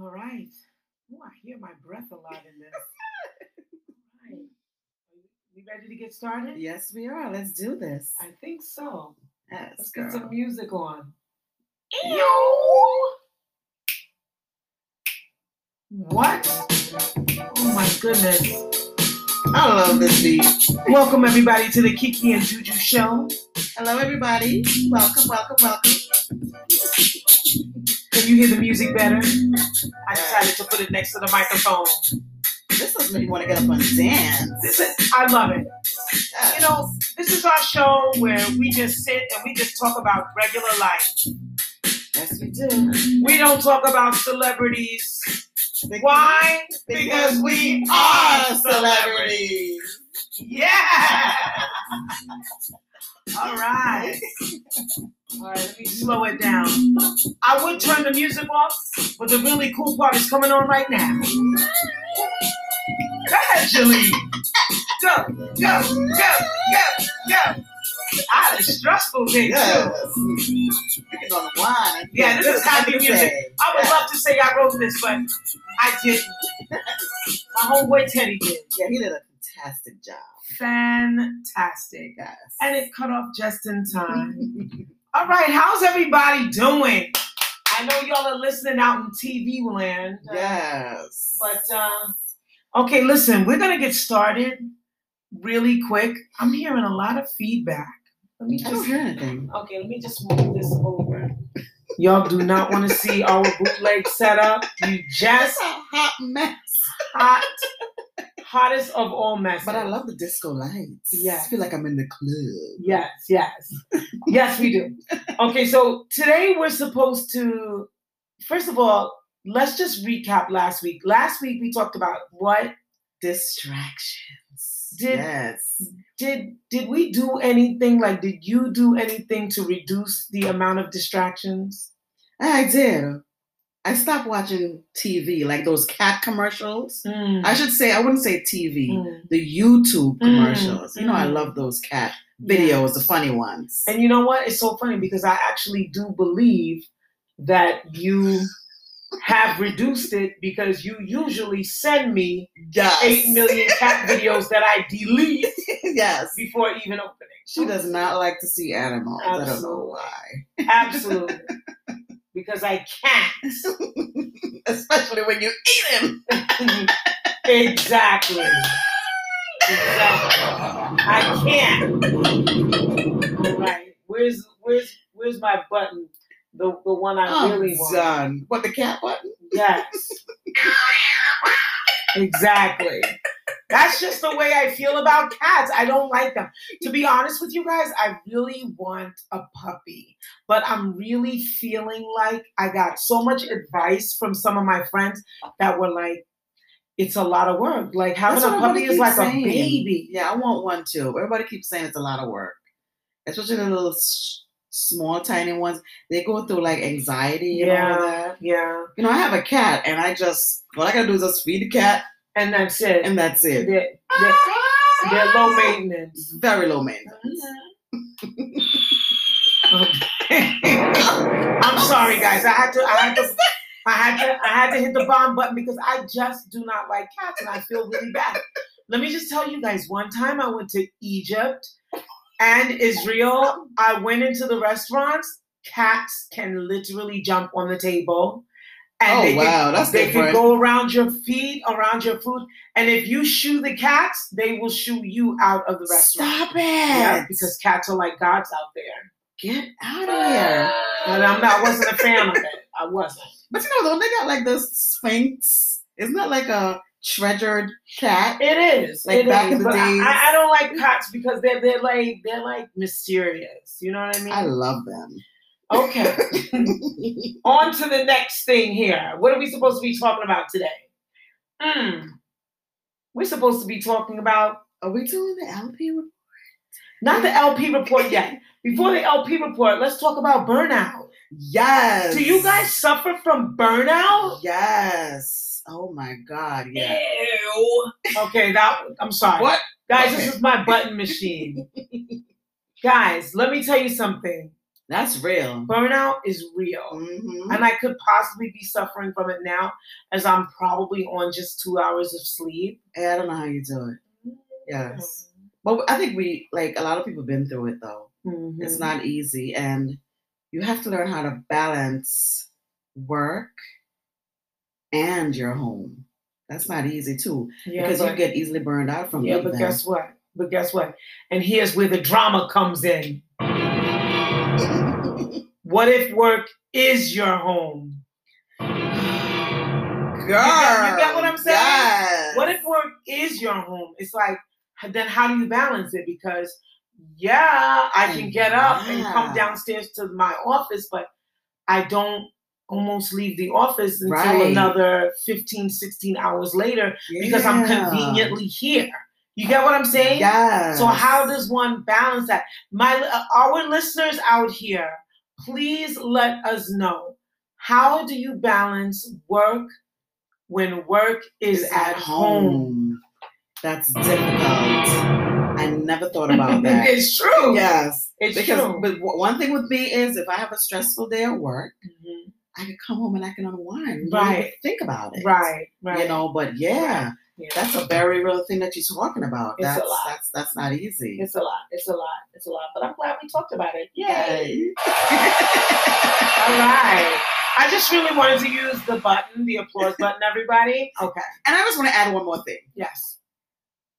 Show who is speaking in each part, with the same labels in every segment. Speaker 1: All right. Ooh, I hear my breath a lot in this. All right. We ready to get started?
Speaker 2: Yes, we are. Let's do this.
Speaker 1: I think so.
Speaker 2: Yes,
Speaker 1: Let's get some
Speaker 2: girl.
Speaker 1: music on.
Speaker 2: Ew.
Speaker 1: What? Oh my goodness.
Speaker 2: I love this beat.
Speaker 1: Welcome everybody to the Kiki and Juju show.
Speaker 2: Hello, everybody. Welcome, welcome, welcome.
Speaker 1: Can you hear the music better? I decided to put it next to the microphone.
Speaker 2: This is when you want to get up and dance.
Speaker 1: This is, I love it.
Speaker 2: Yes.
Speaker 1: You know, this is our show where we just sit and we just talk about regular life.
Speaker 2: Yes, we do.
Speaker 1: We don't talk about celebrities. Why?
Speaker 2: Because we are celebrities.
Speaker 1: Yeah. All right. All right, let me slow it down. I would turn the music off, but the really cool part is coming on right now. Go ahead, Julie. Go, go, go, go, go. I had a stressful day, too.
Speaker 2: Yes. You can go on the wine.
Speaker 1: Yeah, this is happy
Speaker 2: This
Speaker 1: music.
Speaker 2: day.
Speaker 1: I would love to say I wrote this, but I didn't. My homeboy Teddy did.
Speaker 2: Yeah, he did a fantastic job,
Speaker 1: Fantastic.
Speaker 2: guys.
Speaker 1: and it cut off just in time. All right, how's everybody doing? I know y'all are listening out in TV land. uh,
Speaker 2: yes.
Speaker 1: But uh, okay, listen, we're gonna get started really quick. I'm hearing a lot of feedback. Let me
Speaker 2: I don't
Speaker 1: just
Speaker 2: hear anything.
Speaker 1: okay. Let me just move this over. Y'all do not want to see our bootleg setup. You
Speaker 2: That's
Speaker 1: just
Speaker 2: a hot mess.
Speaker 1: hot, hottest of all messes.
Speaker 2: But I love the disco lights.
Speaker 1: Yeah.
Speaker 2: I feel like I'm in the club.
Speaker 1: Yes, yes. yes, we do. Okay, so today we're supposed to, first of all, let's just recap last week. Last week we talked about what
Speaker 2: Distractions.
Speaker 1: Did-
Speaker 2: yes.
Speaker 1: did did we do anything like did you do anything to reduce the amount of distractions?
Speaker 2: I did. I stopped watching TV, like those cat commercials. I should say, I wouldn't say TV,
Speaker 1: Mm.
Speaker 2: the YouTube commercials. You know, I
Speaker 1: mm.
Speaker 2: love those cat
Speaker 1: Yeah.
Speaker 2: videos, the funny ones.
Speaker 1: And you know what? It's so funny because I actually do believe that you have reduced it because you usually send me
Speaker 2: Yes.
Speaker 1: 8 million cat videos that I delete
Speaker 2: yes.
Speaker 1: before even opening.
Speaker 2: She does not like to see animals. I don't know
Speaker 1: Absolutely.
Speaker 2: why.
Speaker 1: Absolutely. because I can't.
Speaker 2: Especially when you eat them.
Speaker 1: exactly. Exactly. I can't. All right. Where's where's where's my button? The the one I
Speaker 2: I'm
Speaker 1: really want.
Speaker 2: done. What, the cat button?
Speaker 1: Yes. exactly. That's just the way I feel about cats. I don't like them. To be honest with you guys, I really want a puppy, but I'm really feeling like I got so much advice from some of my friends that were like, it's a lot of work. Like having
Speaker 2: That's
Speaker 1: a
Speaker 2: what
Speaker 1: puppy
Speaker 2: everybody
Speaker 1: is like
Speaker 2: keeps
Speaker 1: a
Speaker 2: saying.
Speaker 1: baby.
Speaker 2: Yeah, I want one too. Everybody keeps saying it's a lot of work, especially the little s small, tiny ones. They go through like anxiety and all
Speaker 1: Yeah.
Speaker 2: that.
Speaker 1: Yeah.
Speaker 2: You know, I have a cat, and I just all I gotta do is just feed the cat,
Speaker 1: And that's it.
Speaker 2: and that's it.
Speaker 1: they're, they're, they're low maintenance.
Speaker 2: It's very low maintenance.
Speaker 1: Oh, I'm sorry, guys. I had to. I had to. I had to. I had to hit the bomb button because I just do not like cats, and I feel really bad. Let me just tell you guys. One time, I went to Egypt and Israel. I went into the restaurants. Cats can literally jump on the table, and
Speaker 2: oh
Speaker 1: they can
Speaker 2: wow, that's
Speaker 1: they
Speaker 2: different.
Speaker 1: can go around your feet, around your food, and if you shoo the cats, they will shoo you out of the restaurant.
Speaker 2: Stop it!
Speaker 1: Yeah, because cats are like gods out there.
Speaker 2: get out of here.
Speaker 1: And I'm not, I wasn't a fan of it. I wasn't.
Speaker 2: But you know, though, they got like the sphinx. It's not like a treasured cat.
Speaker 1: It is.
Speaker 2: Like
Speaker 1: it
Speaker 2: back
Speaker 1: is,
Speaker 2: in the
Speaker 1: but I-
Speaker 2: days.
Speaker 1: I, I don't like cats because they're they're like they're like mysterious. You know what I mean?
Speaker 2: I love them.
Speaker 1: okay. On to the next thing here. What are we supposed to be talking about today? Mm. We're supposed to be talking about
Speaker 2: Are we doing the LP report?
Speaker 1: not the LP
Speaker 2: Oh,
Speaker 1: report yet. Before the LP report, let's talk about burnout.
Speaker 2: Yes.
Speaker 1: Do you guys suffer from burnout?
Speaker 2: Yes. Oh my God. Yeah.
Speaker 1: Ew. Okay, that I'm sorry.
Speaker 2: What?
Speaker 1: Guys,
Speaker 2: Okay.
Speaker 1: this is my button machine. Guys, let me tell you something.
Speaker 2: That's real.
Speaker 1: Burnout is real.
Speaker 2: hmm
Speaker 1: And I could possibly be suffering from it now as I'm probably on just two hours of sleep.
Speaker 2: Hey, I don't know how you do it. Yes.
Speaker 1: Yes.
Speaker 2: But I think we, like, a lot of people have been through it though.
Speaker 1: Mm-hmm.
Speaker 2: It's not easy. And you have to learn how to balance work and your home. That's not easy too.
Speaker 1: yeah,
Speaker 2: because
Speaker 1: but,
Speaker 2: you get easily burned out from
Speaker 1: yeah,
Speaker 2: it.
Speaker 1: but guess what? But guess what? And here's where the drama comes in. What if work is your home?
Speaker 2: Girl,
Speaker 1: got- you got what I'm saying?
Speaker 2: Yes.
Speaker 1: What if work is your home? It's like, then how do you balance it? Because, yeah, I can get up and come
Speaker 2: Mm, Yeah.
Speaker 1: downstairs to my office, but I don't almost leave the office until
Speaker 2: Right.
Speaker 1: another 15, 16 hours later because I'm
Speaker 2: Yeah.
Speaker 1: conveniently here. You get what I'm saying?
Speaker 2: Yes.
Speaker 1: So how does one balance that? My uh, our listeners out here, please let us know how do you balance work when work is at home?
Speaker 2: That's difficult. I never thought about that.
Speaker 1: it's true.
Speaker 2: yes.
Speaker 1: it's
Speaker 2: Because
Speaker 1: true.
Speaker 2: but w- one thing with me is if I have a stressful day at work,
Speaker 1: Mhm.
Speaker 2: I can come home and I can unwind. and not even
Speaker 1: Right.
Speaker 2: Think about it.
Speaker 1: Right, right.
Speaker 2: You know, but yeah,
Speaker 1: Yeah.
Speaker 2: that's a very real thing that you're talking about.
Speaker 1: It's a
Speaker 2: that's
Speaker 1: lot.
Speaker 2: that's that's not easy.
Speaker 1: it's a lot. It's a lot. It's a lot. But I'm glad we talked about it. Yay!
Speaker 2: Yay.
Speaker 1: All right. I just really wanted to use the button, the applause button, everybody. Okay.
Speaker 2: And I just want to add one more thing.
Speaker 1: Yes.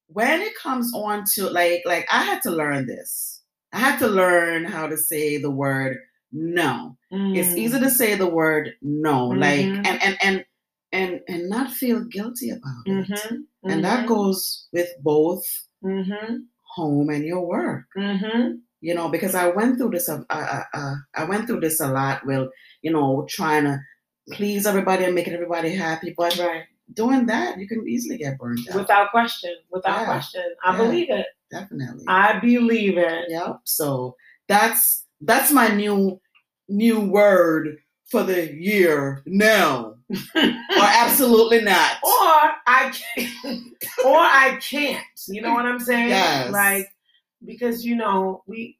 Speaker 2: when it comes on to like like i had to learn this i had to learn how to say the word no it's
Speaker 1: Mm. Mm-hmm.
Speaker 2: easy to say the word no like
Speaker 1: Mhm.
Speaker 2: and and and and and not feel guilty about
Speaker 1: hmm
Speaker 2: it and that goes with both
Speaker 1: Mm-hmm.
Speaker 2: home and your work
Speaker 1: Mm-hmm.
Speaker 2: you know because i went through this uh, uh, uh, i went through this a lot with you know trying to please everybody and making everybody happy but
Speaker 1: Right.
Speaker 2: doing that you can easily get burned out
Speaker 1: Without question. Without
Speaker 2: Yeah.
Speaker 1: question. I
Speaker 2: Yeah.
Speaker 1: believe it.
Speaker 2: definitely
Speaker 1: I believe it.
Speaker 2: Yep. So that's that's my new new word for the year. No, or absolutely not.
Speaker 1: Or I can or I can't. You know what I'm saying?
Speaker 2: Yes.
Speaker 1: Like because you know, we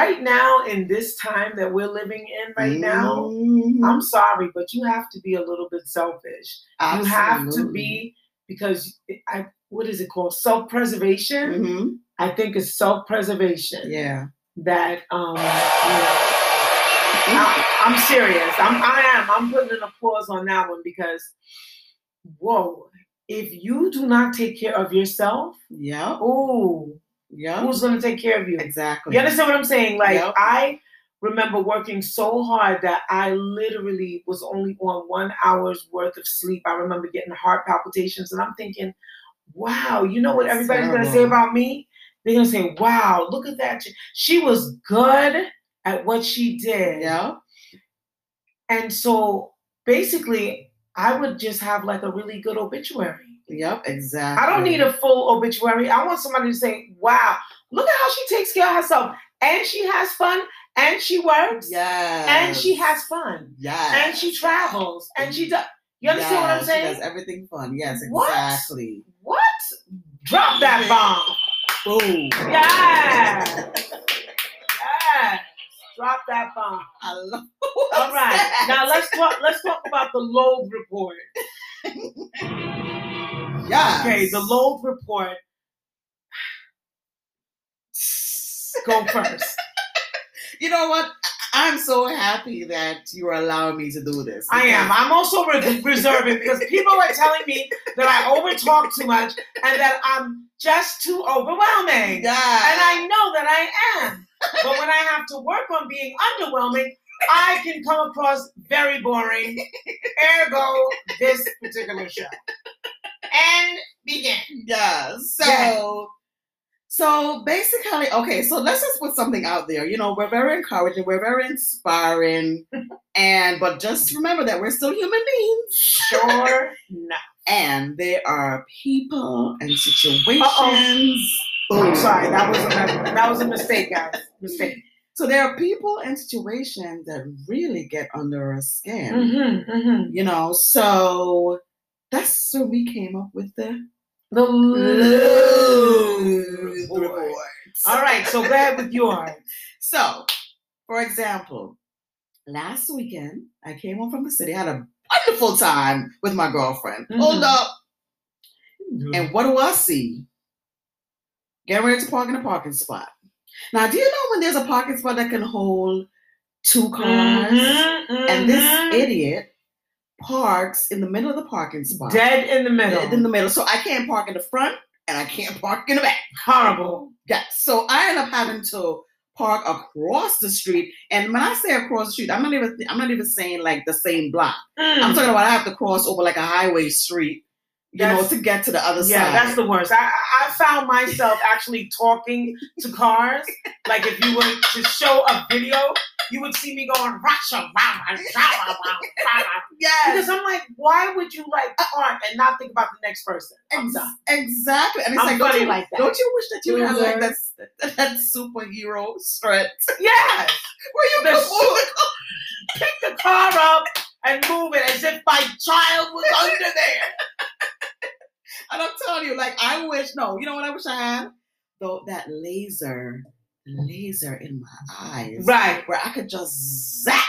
Speaker 1: right now in this time that we're living in right now,
Speaker 2: Mhm.
Speaker 1: I'm sorry, but you have to be a little bit selfish. Um, You have to be because I what is it called? Self-preservation.
Speaker 2: Absolutely. Mhm.
Speaker 1: I think it's self-preservation.
Speaker 2: Yeah.
Speaker 1: that um you know, I, I'm serious. I'm I am. I'm putting an applause on that one because whoa, if you do not take care of yourself,
Speaker 2: Yep.
Speaker 1: ooh,
Speaker 2: Yep.
Speaker 1: who's gonna take care of you?
Speaker 2: Exactly.
Speaker 1: You understand what I'm saying? Like
Speaker 2: Yep.
Speaker 1: I remember working so hard that I literally was only on one hour's worth of sleep. I remember getting heart palpitations, and I'm thinking, wow, you know what
Speaker 2: That's
Speaker 1: everybody's gonna say
Speaker 2: terrible.
Speaker 1: about me? They're gonna say, wow, look at that. chick. She was good at what she did.
Speaker 2: Yep.
Speaker 1: And so basically, I would just have like a really good obituary.
Speaker 2: Yep. Exactly.
Speaker 1: I don't need a full obituary. I want somebody to say, wow, look at how she takes care of herself. And she has fun. And she works.
Speaker 2: Yes.
Speaker 1: And she has fun.
Speaker 2: Yes.
Speaker 1: And she travels. And she does. You understand what
Speaker 2: Yes,
Speaker 1: I'm
Speaker 2: she
Speaker 1: saying?
Speaker 2: does everything fun. Yes.
Speaker 1: What?
Speaker 2: Exactly.
Speaker 1: What? Drop that bomb.
Speaker 2: Boom.
Speaker 1: Yeah. Yeah. Drop that bomb.
Speaker 2: I love.
Speaker 1: All right. Now let's talk let's talk about the load report.
Speaker 2: Yes.
Speaker 1: Okay, the load report. Go first.
Speaker 2: You know what? I- I'm so happy that you are allowing me to do this.
Speaker 1: I am. I'm also re- reserving because people are telling me that I overtalk too much and that I'm just too overwhelming. And
Speaker 2: Yeah.
Speaker 1: I know that I am. But when I have to work on being underwhelming, I can come across very boring. Ergo, this particular show. And begin.
Speaker 2: Yeah. So.
Speaker 1: Yeah.
Speaker 2: So basically, okay. So let's just put something out there. You know, we're very encouraging. We're very inspiring. And but just remember that we're still human beings,
Speaker 1: Sure not.
Speaker 2: and there are people and situations.
Speaker 1: Oh, I'm sorry. That was a that was a mistake, guys. Mistake.
Speaker 2: So there are people and situations that really get under our skin.
Speaker 1: Mm-hmm, mm-hmm.
Speaker 2: you know so that's so we came up with the
Speaker 1: The
Speaker 2: Load
Speaker 1: load
Speaker 2: report.
Speaker 1: report. All right. So go ahead with yours.
Speaker 2: so For example, last weekend I came home from the city, had a wonderful time with my girlfriend.
Speaker 1: Mhm.
Speaker 2: Hold up.
Speaker 1: Mm-hmm.
Speaker 2: And what do I see? Getting ready to park in a parking spot. Now, do you know when there's a parking spot that can hold two cars?
Speaker 1: Mhm,
Speaker 2: And
Speaker 1: mhm.
Speaker 2: this idiot parks in the middle of the parking spot.
Speaker 1: dead in the middle.
Speaker 2: Dead in the middle. So I can't park in the front and I can't park in the back.
Speaker 1: Horrible.
Speaker 2: That- So I end up having to park across the street. And when I say across the street, I'm not even I'm not even saying like the same block.
Speaker 1: Mm-hmm. Mm.
Speaker 2: I'm talking about I have to cross over like a highway street, you
Speaker 1: That's-
Speaker 2: know, to get to the other
Speaker 1: yeah,
Speaker 2: side.
Speaker 1: that's the worst. I, I I found myself actually talking to cars. Like if you were to show a video, you would see me going "Rasha, rah, rah, rah, rah, rah, rah."
Speaker 2: yes.
Speaker 1: because I'm like, why would you like park and not think about the next person? I'm
Speaker 2: Ex-
Speaker 1: done.
Speaker 2: exactly. And it's
Speaker 1: I'm
Speaker 2: like, don't
Speaker 1: funny
Speaker 2: you,
Speaker 1: like that.
Speaker 2: don't you wish that you had like that,
Speaker 1: Loser.
Speaker 2: that, that superhero strength
Speaker 1: Yes,
Speaker 2: where you
Speaker 1: The
Speaker 2: could
Speaker 1: su-
Speaker 2: move
Speaker 1: pick the car up and move it as if my child was under there.
Speaker 2: And I'm telling you, like, I wish, no, you know what I wish I had? Though that laser, laser in my eyes.
Speaker 1: Right.
Speaker 2: Where I could just zap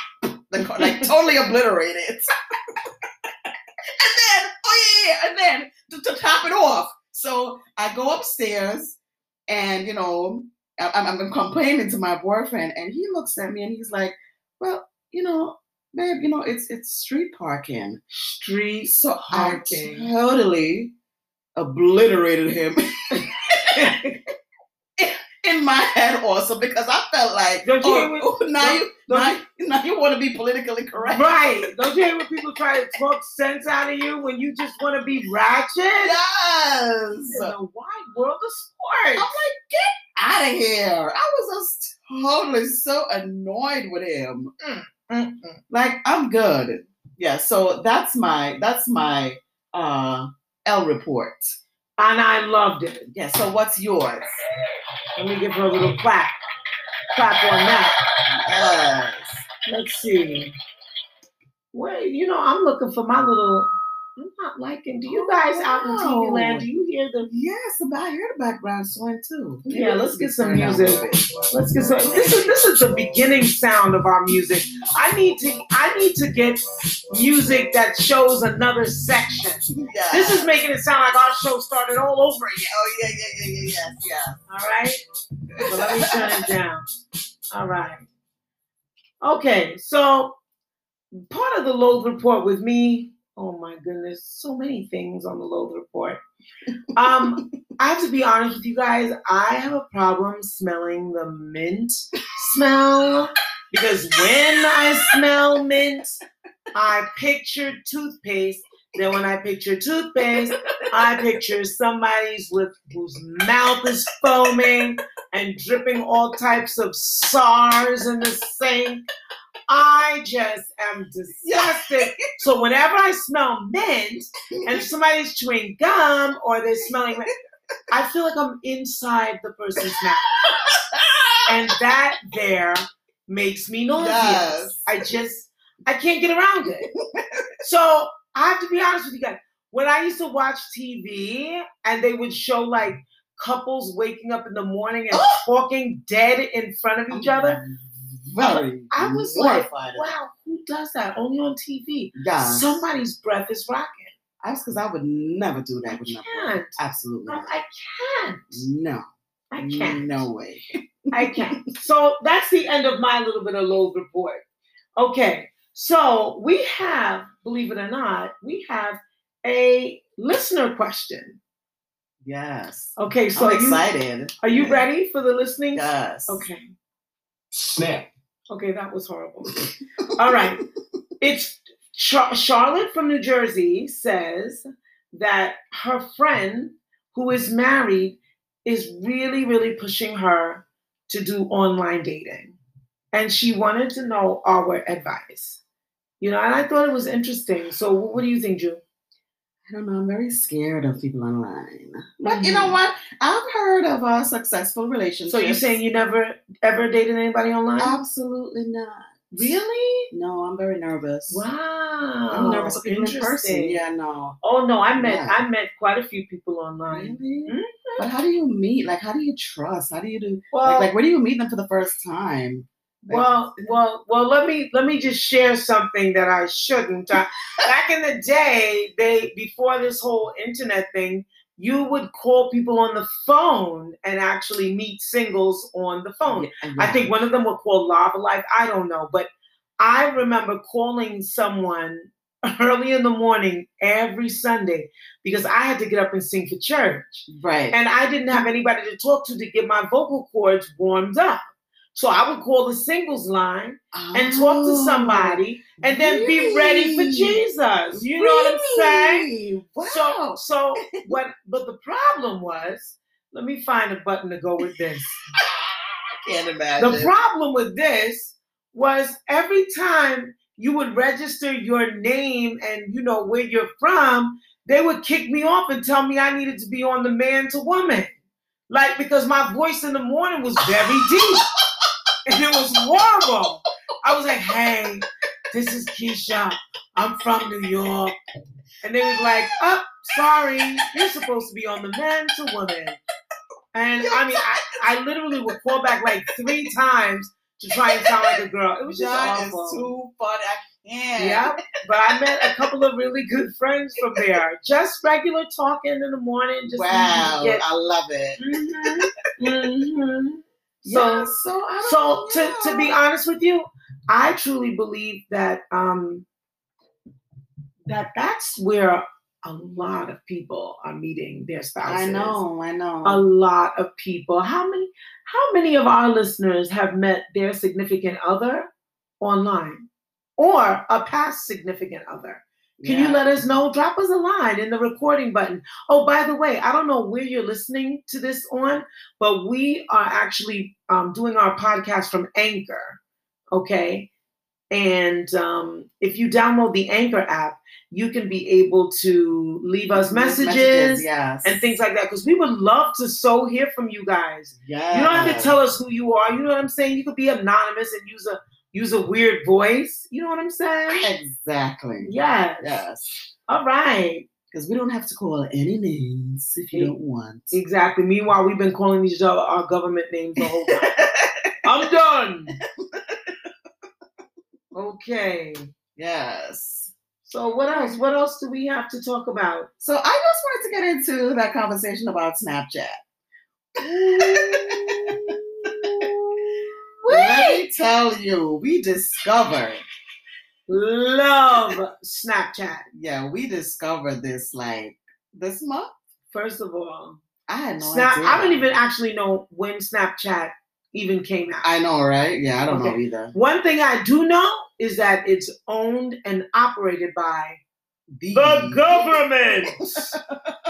Speaker 2: the car, like totally obliterate it. and then, oh yeah, yeah, and then to, to top it off. So I go upstairs and, you know, I- I'm, I'm complaining to my boyfriend and he looks at me and he's like, well, you know, babe, you know, it's, it's street parking.
Speaker 1: Street.
Speaker 2: So
Speaker 1: Haunting.
Speaker 2: I totally obliterated him in my head also because I felt like,
Speaker 1: Don't you
Speaker 2: oh,
Speaker 1: hear what-
Speaker 2: oh, now
Speaker 1: don't-
Speaker 2: you
Speaker 1: don't
Speaker 2: now, you- now you want to be politically correct.
Speaker 1: Right. Don't you hear when people try to talk sense out of you when you just want to be ratchet?
Speaker 2: Yes.
Speaker 1: In
Speaker 2: I'm
Speaker 1: the wide world of
Speaker 2: like,
Speaker 1: sports.
Speaker 2: get out of here. I was just totally so annoyed with him. Like, I'm good. Yeah, so that's my that's my uh L report.
Speaker 1: And I loved it.
Speaker 2: Yeah, so what's yours?
Speaker 1: Let me give her a little clap. Clap on that.
Speaker 2: Yes.
Speaker 1: Let's see. Where you know, I'm looking for my little I'm not liking. Do you guys out in TV land? Do you hear the
Speaker 2: Yes, but I hear the background swing too.
Speaker 1: Yeah, let's get some
Speaker 2: Turn down
Speaker 1: music.
Speaker 2: a little bit.
Speaker 1: Let's get some. This is this is the beginning sound of our music. I need to I need to get music that shows another section.
Speaker 2: Yeah.
Speaker 1: This is making it sound like our show started all over again.
Speaker 2: Oh yeah, yeah, yeah, yeah, yes, yeah.
Speaker 1: All right. So let me turn it down. All right. Okay. So part of the Loathe report with me. Oh my goodness, so many things on the Loathe report. Um, I have to be honest with you guys. I have a problem smelling the mint smell because when I smell mint, I picture toothpaste. Then when I picture toothpaste, I picture somebody's with whose mouth is foaming and dripping all types of SARS in the sink. I just am disgusted. So whenever I smell mint and somebody's chewing gum or they're smelling, I feel like I'm inside the person's mouth, and that there makes me nauseous.
Speaker 2: Yes.
Speaker 1: I just I can't get around it. So I have to be honest with you guys. When I used to watch TV and they would show like couples waking up in the morning and talking dead in front
Speaker 2: Oh
Speaker 1: of each other,
Speaker 2: Very.
Speaker 1: I was like,
Speaker 2: mortified. at
Speaker 1: wow, who does that? Only on TV.
Speaker 2: that. Yeah.
Speaker 1: Somebody's breath is rocking.
Speaker 2: I was because I would never do that with my
Speaker 1: Can't.
Speaker 2: Absolutely.
Speaker 1: I
Speaker 2: not.
Speaker 1: I can't.
Speaker 2: No.
Speaker 1: I
Speaker 2: Mm-hmm.
Speaker 1: can't.
Speaker 2: No way.
Speaker 1: I can't. So that's the end of my little bit of load report. Okay. So we have, believe it or not, we have a listener question.
Speaker 2: Yes.
Speaker 1: Okay, so you-
Speaker 2: I'm excited.
Speaker 1: Are you ready for the listening?
Speaker 2: Yes.
Speaker 1: Okay.
Speaker 3: Snap.
Speaker 1: Okay, that was horrible. All right. It's Char- Charlotte from New Jersey says that her friend who is married is really, really pushing her to do online dating. And she wanted to know our advice. You know, and I thought it was interesting. So, wh- what do you think, Ju?
Speaker 2: I don't know. I'm very scared of people online. But you know what? I've heard of a successful relationship.
Speaker 1: So, you're saying you never ever dated anybody online?
Speaker 2: Absolutely not.
Speaker 1: really?
Speaker 2: No, I'm very nervous.
Speaker 1: Wow.
Speaker 2: I'm nervous of people in person.
Speaker 1: Interesting.
Speaker 2: Yeah, no.
Speaker 1: Oh no, I met
Speaker 2: Yeah.
Speaker 1: I met quite a few people online.
Speaker 2: Really?
Speaker 1: Mhm.
Speaker 2: But how do you meet? Like, how do you trust? How do you do?
Speaker 1: Well,
Speaker 2: Like, like, where do you meet them for the first time?
Speaker 1: Well, well, well. Let me let me just share something that I shouldn't. Uh, back in the day, they before this whole internet thing, you would call people on the phone and actually meet singles on the
Speaker 2: Oh,
Speaker 1: phone. I think one of them were called Lava Life. I don't know, but I remember calling someone early in the morning every Sunday because I had to get up and sing for church,
Speaker 2: right.
Speaker 1: and I didn't have anybody to talk to to get my vocal cords warmed up. So I would call the singles line and talk to somebody and then be ready for
Speaker 2: Oh, Really?
Speaker 1: Jesus. You know what I'm saying?
Speaker 2: Oh,
Speaker 1: So
Speaker 2: Wow.
Speaker 1: so what but the problem was, let me find a button to go with this.
Speaker 2: I can't imagine.
Speaker 1: The problem with this was every time you would register your name and you know where you're from, they would kick me off and tell me I needed to be on the man to woman. Like because my voice in the morning was very deep. and it was horrible. I was like, hey, this is Keisha. I'm from New York. And they was like, oh, sorry, you're supposed to be on the man to woman. And I mean, I, I literally would call back like three times to try and sound like a girl. It was just
Speaker 2: that is
Speaker 1: awful.
Speaker 2: too fun. I can't.
Speaker 1: Yeah, but I met a couple of really good friends from there. Just regular talking in the morning. Just
Speaker 2: wow.
Speaker 1: get-
Speaker 2: I love it.
Speaker 1: Mhm, mhm.
Speaker 2: Yeah,
Speaker 1: So,
Speaker 2: so I
Speaker 1: so
Speaker 2: don't
Speaker 1: to, to be
Speaker 2: know.
Speaker 1: honest with you, I truly believe that um that that's where a lot of people are meeting their spouses.
Speaker 2: I know, I know.
Speaker 1: A lot of people. How many? How many of our listeners have met their significant other online or a past significant other? Can
Speaker 2: Yeah.
Speaker 1: you let us know? Drop us a line in the recording button. Oh, by the way, I don't know where you're listening to this on, but we are actually um, doing our podcast from Anchor. Okay. And um, if you download the Anchor app, you can be able to leave us messages,
Speaker 2: yes.
Speaker 1: and things like that because we would love to so hear from you guys.
Speaker 2: Yes.
Speaker 1: You don't have to tell us who you are. You know what I'm saying? You could be anonymous and use a use a weird voice. You know what I'm saying?
Speaker 2: Exactly.
Speaker 1: Yes.
Speaker 2: Yes.
Speaker 1: All right.
Speaker 2: Because we don't have to call any names if you don't want.
Speaker 1: Exactly. Meanwhile, we've been calling each other our government names the whole time. I'm done. Okay.
Speaker 2: yes.
Speaker 1: So what else? What else do we have to talk about?
Speaker 2: So I just wanted to get into that conversation about Snapchat. Let me tell you, we discovered.
Speaker 1: Love Snapchat.
Speaker 2: Yeah, we discovered this like this month.
Speaker 1: First of all,
Speaker 2: I had no
Speaker 1: Snap.
Speaker 2: idea.
Speaker 1: I don't even actually know when Snapchat even came out.
Speaker 2: I know, right? Yeah, I don't know
Speaker 1: Okay.
Speaker 2: either.
Speaker 1: One thing I do know is that it's owned and operated by the government.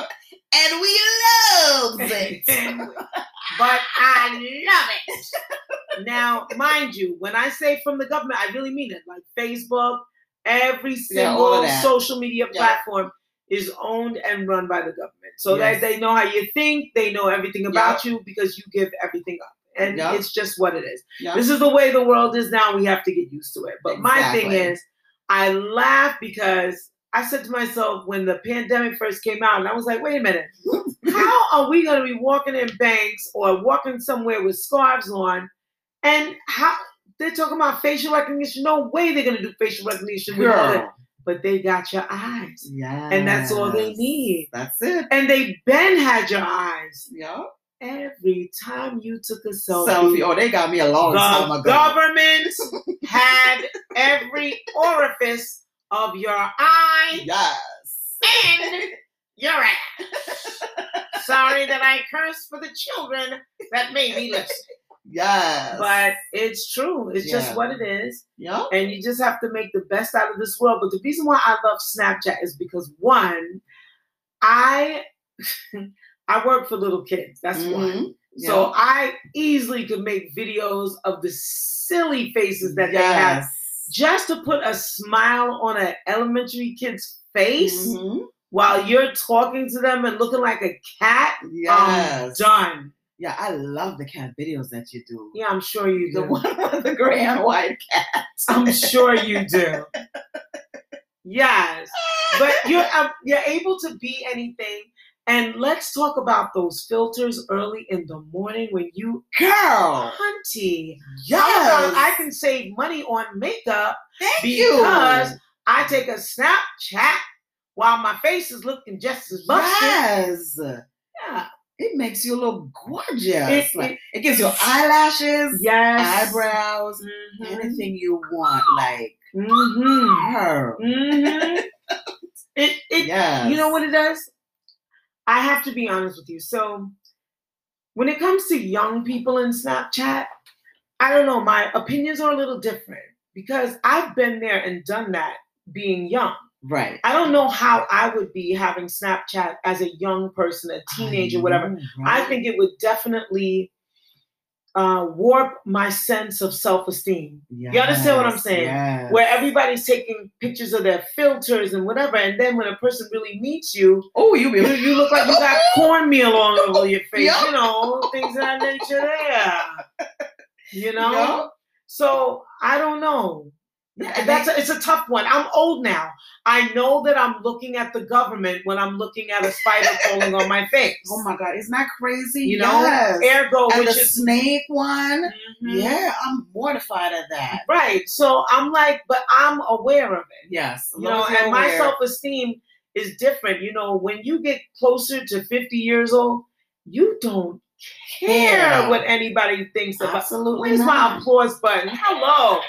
Speaker 2: and we loves it.
Speaker 1: but I love it. Now, mind you, when I say from the government, I really mean it. Like Facebook, every
Speaker 2: Yeah, all of
Speaker 1: single
Speaker 2: that.
Speaker 1: social media
Speaker 2: Yeah.
Speaker 1: platform is owned and run by the government. So
Speaker 2: Yes.
Speaker 1: that they know how you think, they know everything about you because you give everything up. And
Speaker 2: Yeah.
Speaker 1: it's just what it is.
Speaker 2: Yeah.
Speaker 1: This is the way the world is now. We have to get used to it. But my thing
Speaker 2: Exactly.
Speaker 1: is, I laugh because I said to myself when the pandemic first came out, and I was like, wait a minute, how are we going to be walking in banks or walking somewhere with scarves on? And how they're talking about facial recognition? No way they're going to do facial recognition. with all that.
Speaker 2: Girl.
Speaker 1: But they got your eyes,
Speaker 2: Yeah.
Speaker 1: and that's all they need.
Speaker 2: That's it.
Speaker 1: And they been had your eyes
Speaker 2: Yeah.
Speaker 1: every time you took a
Speaker 2: Selfie.
Speaker 1: selfie
Speaker 2: Oh, they got me a long time
Speaker 1: the
Speaker 2: ago.
Speaker 1: government had every orifice of your eye
Speaker 2: Yes.
Speaker 1: and your ass. Sorry that I curse for the children that made me listen.
Speaker 2: Yes.
Speaker 1: But it's true. It's
Speaker 2: Yeah.
Speaker 1: just what it is.
Speaker 2: yeah.
Speaker 1: And you just have to make the best out of this world. But the reason why I love Snapchat is because one, I I work for little kids. That's one.
Speaker 2: Mhm.
Speaker 1: So I easily could make videos of the silly faces that they have
Speaker 2: yes.
Speaker 1: just to put a smile on an elementary kid's face
Speaker 2: Mhm.
Speaker 1: while you're talking to them and looking like a cat. I'm
Speaker 2: Yes.
Speaker 1: done.
Speaker 2: yeah, I love the cat videos that you do.
Speaker 1: Yeah, I'm sure you
Speaker 2: The
Speaker 1: do.
Speaker 2: one with the gray and white cat.
Speaker 1: I'm sure you do. Yes. But you're um, you're able to be anything And let's talk about those filters early in the morning when you,
Speaker 2: Girl.
Speaker 1: hunty.
Speaker 2: Yes.
Speaker 1: I can save money on makeup
Speaker 2: Thank
Speaker 1: because
Speaker 2: you.
Speaker 1: I take a Snapchat while my face is looking just as busted.
Speaker 2: Yes.
Speaker 1: Yeah.
Speaker 2: It makes you look gorgeous.
Speaker 1: It-
Speaker 2: like, it, gives you eyelashes,
Speaker 1: Yes.
Speaker 2: eyebrows, anything you want. Like
Speaker 1: Mm-hmm.
Speaker 2: her.
Speaker 1: Mm-hmm. it it
Speaker 2: Yes.
Speaker 1: you know what it does? I have to be honest with you. So when it comes to young people in Snapchat, I don't know, my opinions are a little different because I've been there and done that being young.
Speaker 2: Right.
Speaker 1: I don't know how I would be having Snapchat as a young person, a teenager, whatever. I think it would definitely uh, warp my sense of self esteem
Speaker 2: You
Speaker 1: understand what I'm saying?
Speaker 2: Yes.
Speaker 1: where everybody's taking pictures of their filters and whatever. And then when a person really meets you,
Speaker 2: oh, you be
Speaker 1: you, you look like you got cornmeal all over your face,
Speaker 2: Yup.
Speaker 1: you know, things of that nature there. You know?
Speaker 2: Yup.
Speaker 1: So I don't know.
Speaker 2: Yeah, and
Speaker 1: That's
Speaker 2: they-
Speaker 1: a, it's a tough one. I'm old now. I know that I'm looking at the government when I'm looking at a spider falling on my face.
Speaker 2: oh my god, isn't that crazy?
Speaker 1: You know,
Speaker 2: yes.
Speaker 1: ergo,
Speaker 2: and
Speaker 1: which
Speaker 2: the
Speaker 1: is
Speaker 2: snake one.
Speaker 1: Mhm.
Speaker 2: Yeah, I'm mortified at that.
Speaker 1: right. So I'm like, but I'm aware of it.
Speaker 2: Yes,
Speaker 1: you know, and my self esteem is different. You know, when you get closer to 50 years old, you don't care
Speaker 2: Yeah.
Speaker 1: what anybody thinks about.
Speaker 2: absolutely.
Speaker 1: Where's my
Speaker 2: not.
Speaker 1: applause button? Hello,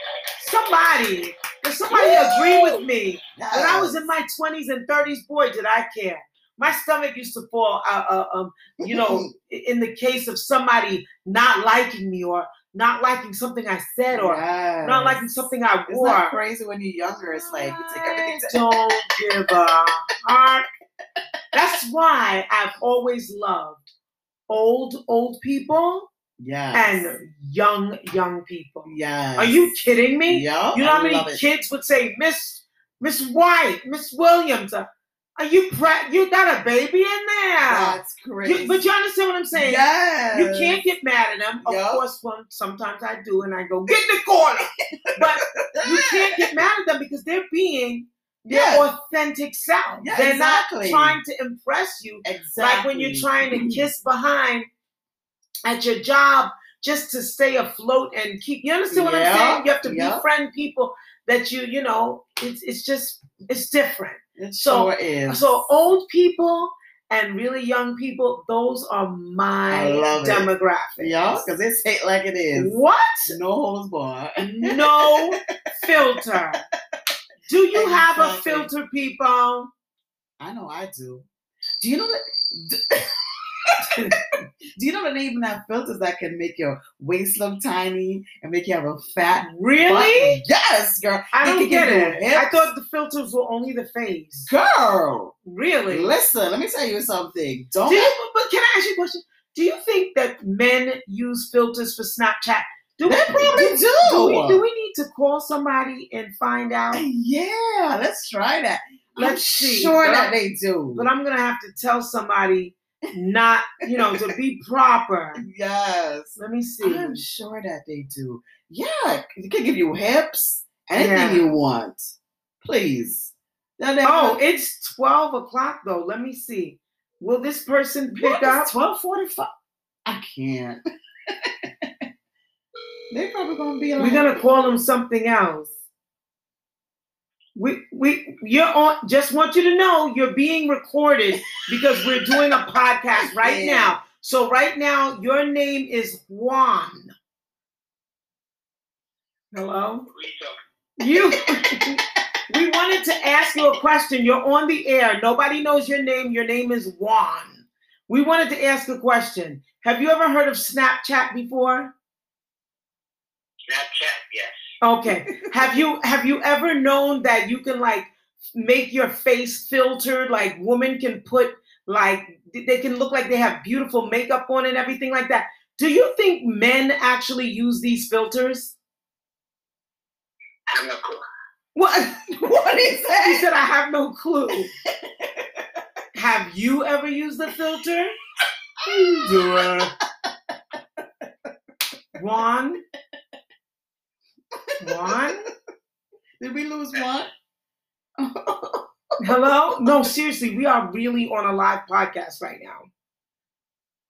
Speaker 1: somebody. Did somebody agree with me? When I was in my 20s and 30s, boy, did I care. My stomach used to fall, uh, uh, um, you know, i- in the case of somebody not liking me or not liking something I said or
Speaker 2: Yes.
Speaker 1: not liking something I
Speaker 2: Isn't
Speaker 1: wore.
Speaker 2: that crazy when you're younger? It's like you take everything.
Speaker 1: I don't give a heart. That's why I've always loved old, old people
Speaker 2: Yes.
Speaker 1: and young, young people.
Speaker 2: yes.
Speaker 1: Are you kidding me?
Speaker 2: Yup,
Speaker 1: You know
Speaker 2: I
Speaker 1: how many
Speaker 2: love it.
Speaker 1: kids would say, Miss Miss White, Miss Williams, uh, are you pre- you got a baby in there?
Speaker 2: That's crazy.
Speaker 1: You, but you understand what I'm saying?
Speaker 2: yes.
Speaker 1: You can't get mad at them. Of
Speaker 2: Yup.
Speaker 1: course, one, sometimes I do, and I go, get in the corner. But you can't get mad at them because they're being their
Speaker 2: Yes.
Speaker 1: authentic self.
Speaker 2: Yeah,
Speaker 1: they're
Speaker 2: exactly.
Speaker 1: not trying to impress you.
Speaker 2: Exactly. Mm-hmm.
Speaker 1: Like when you're trying to kiss behind at your job just to stay afloat and keep you understand what I'm
Speaker 2: Yeah,
Speaker 1: saying? You have to
Speaker 2: yeah.
Speaker 1: befriend people that you, you know, it's it's just it's different.
Speaker 2: It
Speaker 1: So-
Speaker 2: sure is.
Speaker 1: So old people and really young people, those are my
Speaker 2: I love it.
Speaker 1: demographics.
Speaker 2: y'all, because it's hate like it is.
Speaker 1: What?
Speaker 2: No holds barred.
Speaker 1: no filter. Do you have a
Speaker 2: Exactly.
Speaker 1: filter, people?
Speaker 2: I know I do. Do you know that? Do, do you know that they even have filters that can make your waist look tiny and make you have a fat?
Speaker 1: Really?
Speaker 2: butt? Yes, girl.
Speaker 1: I
Speaker 2: They
Speaker 1: don't
Speaker 2: can
Speaker 1: get
Speaker 2: do
Speaker 1: it.
Speaker 2: hips.
Speaker 1: I thought the filters were only the face.
Speaker 2: Girl,
Speaker 1: Really?
Speaker 2: listen. Let me tell you something. Don't.
Speaker 1: Do you, but can I ask you a question? Do you think that men use filters for Snapchat? Do
Speaker 2: they probably do.
Speaker 1: do we, do we need to call somebody and find out?
Speaker 2: Uh, Yeah, let's try that. I'm
Speaker 1: Let's see.
Speaker 2: Sure
Speaker 1: but
Speaker 2: that
Speaker 1: I'm-
Speaker 2: they do.
Speaker 1: But I'm gonna have to tell somebody not, you know, to be proper.
Speaker 2: yes,
Speaker 1: Let me see.
Speaker 2: I'm sure that they do. Yeah, it can give you hips, anything
Speaker 1: Yeah.
Speaker 2: you want. Please. Now they-
Speaker 1: Oh, it's 12 o'clock though. Let me see. Will this person pick up?
Speaker 2: twelve forty five. I can't. they probably gonna be
Speaker 1: We're
Speaker 2: like,
Speaker 1: gonna call them something else. We we you're on just want you to know you're being recorded because we're doing a podcast right
Speaker 2: Yeah.
Speaker 1: now. So right now your name is Juan. Hello? You we wanted to ask you a question. You're on the air. Nobody knows your name. Your name is Juan. We wanted to ask a question. Have you ever heard of Snapchat before?
Speaker 4: Snapchat, yes.
Speaker 1: Okay. have you have you ever known that you can like make your face filtered? Like women can put like they can look like they have beautiful makeup on and everything like that. Do you think men actually use these filters?
Speaker 4: I'm not cool.
Speaker 1: What
Speaker 2: what is
Speaker 1: he
Speaker 2: that?
Speaker 1: said, I have no clue. have you ever used a filter? You do Juan? Juan?
Speaker 2: Did we lose one?
Speaker 1: Hello? No, seriously, we are really on a live podcast right now.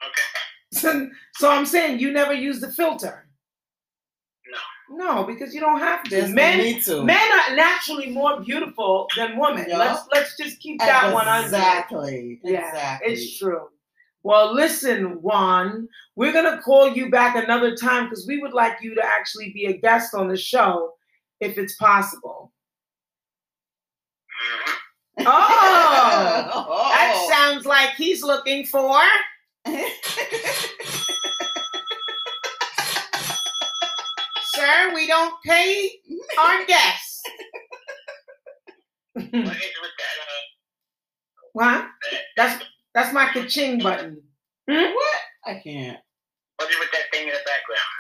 Speaker 4: Okay.
Speaker 1: So, so I'm saying you never use the filter. No, because you don't have to.
Speaker 2: Just
Speaker 1: Men,
Speaker 2: me too.
Speaker 1: men are naturally more beautiful than women.
Speaker 2: Yeah.
Speaker 1: Let's let's just keep that one under.
Speaker 2: Exactly.
Speaker 1: Yeah,
Speaker 2: Exactly.
Speaker 1: It's true. Well, listen, Juan, we're going to call you back another time because we would like you to actually be a guest on the show if it's possible.
Speaker 4: Mm-hmm.
Speaker 1: Oh,
Speaker 2: Oh.
Speaker 1: that sounds like he's looking for. Sir, we don't pay our guests.
Speaker 4: What is with that? Uh,
Speaker 1: What?
Speaker 4: that
Speaker 1: That's that's my ka-ching button. Hmm?
Speaker 2: what? I can't.
Speaker 4: what is with that thing in the background?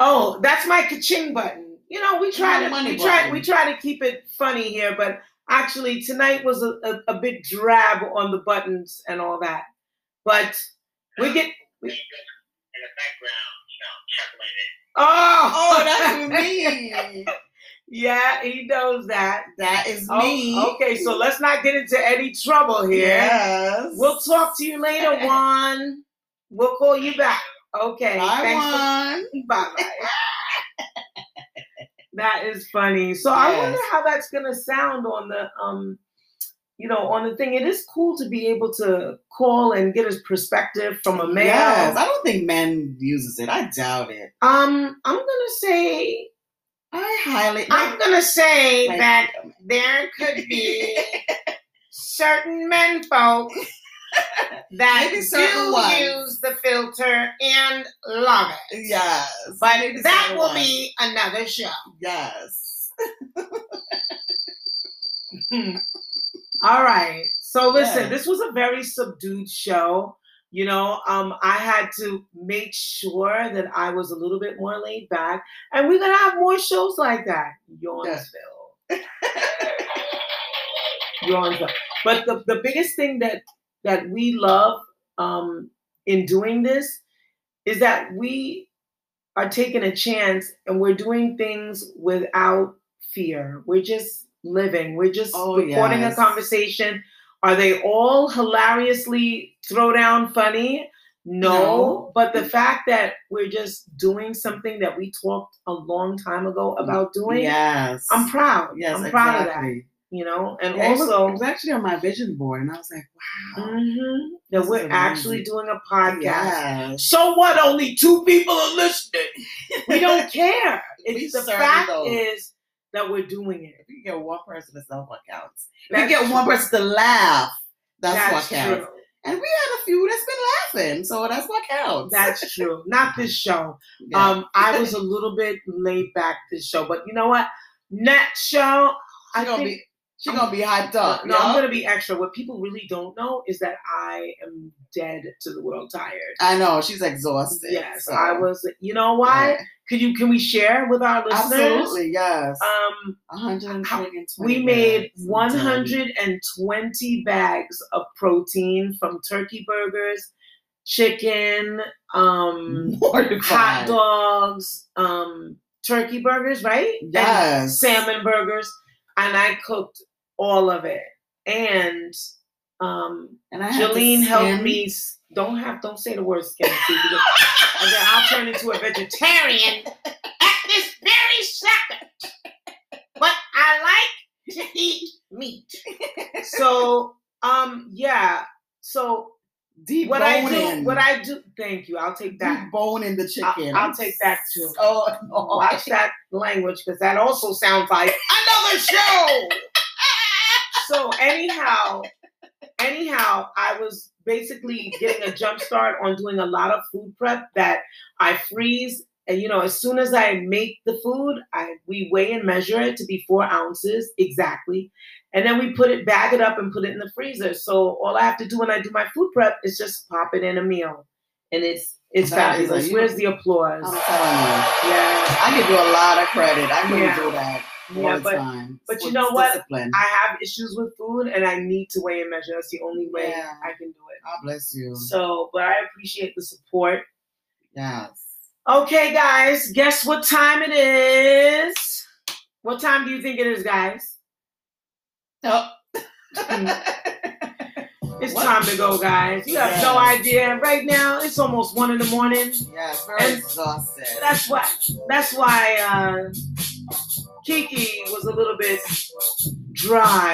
Speaker 1: Oh, that's my ka-ching button. You know, we try
Speaker 2: My
Speaker 1: to
Speaker 2: Mm-hmm, money
Speaker 1: we try
Speaker 2: button.
Speaker 1: we try to keep it funny here, but actually tonight was a, a, a bit drab on the buttons and all that. But we get
Speaker 4: Thing In the background, you know, chuckling and
Speaker 1: oh
Speaker 2: Oh, that's me.
Speaker 1: yeah, he knows that.
Speaker 2: That is
Speaker 1: Oh,
Speaker 2: me.
Speaker 1: okay, so let's not get into any trouble here.
Speaker 2: Yes.
Speaker 1: We'll talk to you later, Juan. We'll call you back. Okay.
Speaker 2: I
Speaker 1: thanks for
Speaker 2: won.
Speaker 1: Bye that is funny. So I wonder
Speaker 2: Yes.
Speaker 1: how that's gonna sound on the um, you know, on the thing. It is cool to be able to call and get a perspective from a man.
Speaker 2: Yes. I don't think men uses it. I doubt it.
Speaker 1: Um, I'm gonna say
Speaker 2: I highly.
Speaker 1: I'm gonna say
Speaker 2: like- um,
Speaker 1: that there could be certain men folk that
Speaker 2: Maybe certain
Speaker 1: do
Speaker 2: ones.
Speaker 1: use the filter and love it.
Speaker 2: Yes.
Speaker 1: But
Speaker 2: Maybe
Speaker 1: that
Speaker 2: certain
Speaker 1: will
Speaker 2: ones.
Speaker 1: be another show.
Speaker 2: Yes.
Speaker 1: All right. So listen,
Speaker 2: Yeah.
Speaker 1: this was a very subdued show. You know, um, I had to make sure that I was a little bit more laid back, and we're gonna have more shows like that. Yawnsville, Yawnsville. But the, the biggest thing that that we love um, in doing this is that we are taking a chance and we're doing things without fear. We're just living. We're just
Speaker 2: Oh,
Speaker 1: recording
Speaker 2: yes.
Speaker 1: a conversation. Are they all hilariously throw down funny? No,
Speaker 2: No.
Speaker 1: but the fact that we're just doing something that we talked a long time ago about doing,
Speaker 2: Yes.
Speaker 1: I'm proud.
Speaker 2: Yes.
Speaker 1: I'm
Speaker 2: exactly.
Speaker 1: proud of that. You know, and
Speaker 2: Yeah, it was-
Speaker 1: also
Speaker 2: it was actually on my vision board, and I was like, wow.
Speaker 1: Mhm.
Speaker 2: This
Speaker 1: that
Speaker 2: is
Speaker 1: we're actually
Speaker 2: amazing.
Speaker 1: doing a podcast.
Speaker 2: Yes.
Speaker 1: So what? Only two people are listening. We don't care. It's
Speaker 2: We
Speaker 1: the
Speaker 2: certainly
Speaker 1: fact
Speaker 2: don't.
Speaker 1: is that we're doing it.
Speaker 2: If you get one person, it's not what counts. If you
Speaker 1: That's
Speaker 2: get
Speaker 1: true.
Speaker 2: one person to laugh, that's, what counts.
Speaker 1: true.
Speaker 2: And we had a few that's been laughing, so that's what counts.
Speaker 1: That's true. Not this show.
Speaker 2: Yeah.
Speaker 1: Um, I was a little bit laid back this show, but you know what? Next show, I
Speaker 2: she gonna
Speaker 1: think.
Speaker 2: be she gonna be hyped up.
Speaker 1: no, I'm
Speaker 2: y'all.
Speaker 1: gonna be extra. What people really don't know is that I am dead to the world tired.
Speaker 2: I know she's exhausted.
Speaker 1: Yes,
Speaker 2: so-
Speaker 1: I was. You know why?
Speaker 2: Yeah.
Speaker 1: Could you? Can we share with our listeners?
Speaker 2: Absolutely, yes.
Speaker 1: Um,
Speaker 2: A hundred and
Speaker 1: how-
Speaker 2: friggin' twenty.
Speaker 1: We made
Speaker 2: bags.
Speaker 1: 120 bags of protein from turkey burgers, chicken, um,
Speaker 2: Mortified.
Speaker 1: hot dogs, um, turkey burgers, right? And
Speaker 2: Yes.
Speaker 1: salmon burgers. And I cooked all of it. And um,
Speaker 2: And I had to
Speaker 1: Jolene helped
Speaker 2: skim.
Speaker 1: me. s- Don't have, don't say the word skin. see, because- and then I'll turn into a vegetarian at this very second. But I like to eat meat. So, um, yeah. So
Speaker 2: Deep
Speaker 1: what I
Speaker 2: bone
Speaker 1: do,
Speaker 2: in.
Speaker 1: what I do. Thank you. I'll take that.
Speaker 2: deep bone in the chicken.
Speaker 1: I'll take that too.
Speaker 2: Oh, no.
Speaker 1: Watch that language because that also sounds like another show. so anyhow, anyhow, I was basically getting a jump start on doing a lot of food prep that I freeze. And you know, as soon as I make the food, I we weigh and measure it to be four ounces exactly. And then we put it, bag it up and put it in the freezer. So all I have to do when I do my food prep is just pop it in a meal. And it's it's
Speaker 2: That Oh. is a-
Speaker 1: fabulous. Where's the applause?
Speaker 2: I'm telling you.
Speaker 1: Yeah.
Speaker 2: I give you a lot of credit. I couldn't
Speaker 1: Yeah.
Speaker 2: do that all
Speaker 1: Yeah,
Speaker 2: the
Speaker 1: but
Speaker 2: time.
Speaker 1: but you
Speaker 2: Sports
Speaker 1: know what?
Speaker 2: Discipline.
Speaker 1: I have issues with food and I need to weigh and measure. That's the only way
Speaker 2: Yeah.
Speaker 1: I can do it.
Speaker 2: God bless you.
Speaker 1: So, but I appreciate the support.
Speaker 2: Yes.
Speaker 1: Okay, guys, guess what time it is? What time do you think it is, guys?
Speaker 2: Oh.
Speaker 1: It's
Speaker 2: What?
Speaker 1: time to go, guys. You have no
Speaker 2: Yes.
Speaker 1: idea. Right now, it's almost one in the morning.
Speaker 2: Yes, very
Speaker 1: And
Speaker 2: exhausted.
Speaker 1: That's why. That's why uh, Kiki was a little bit dry.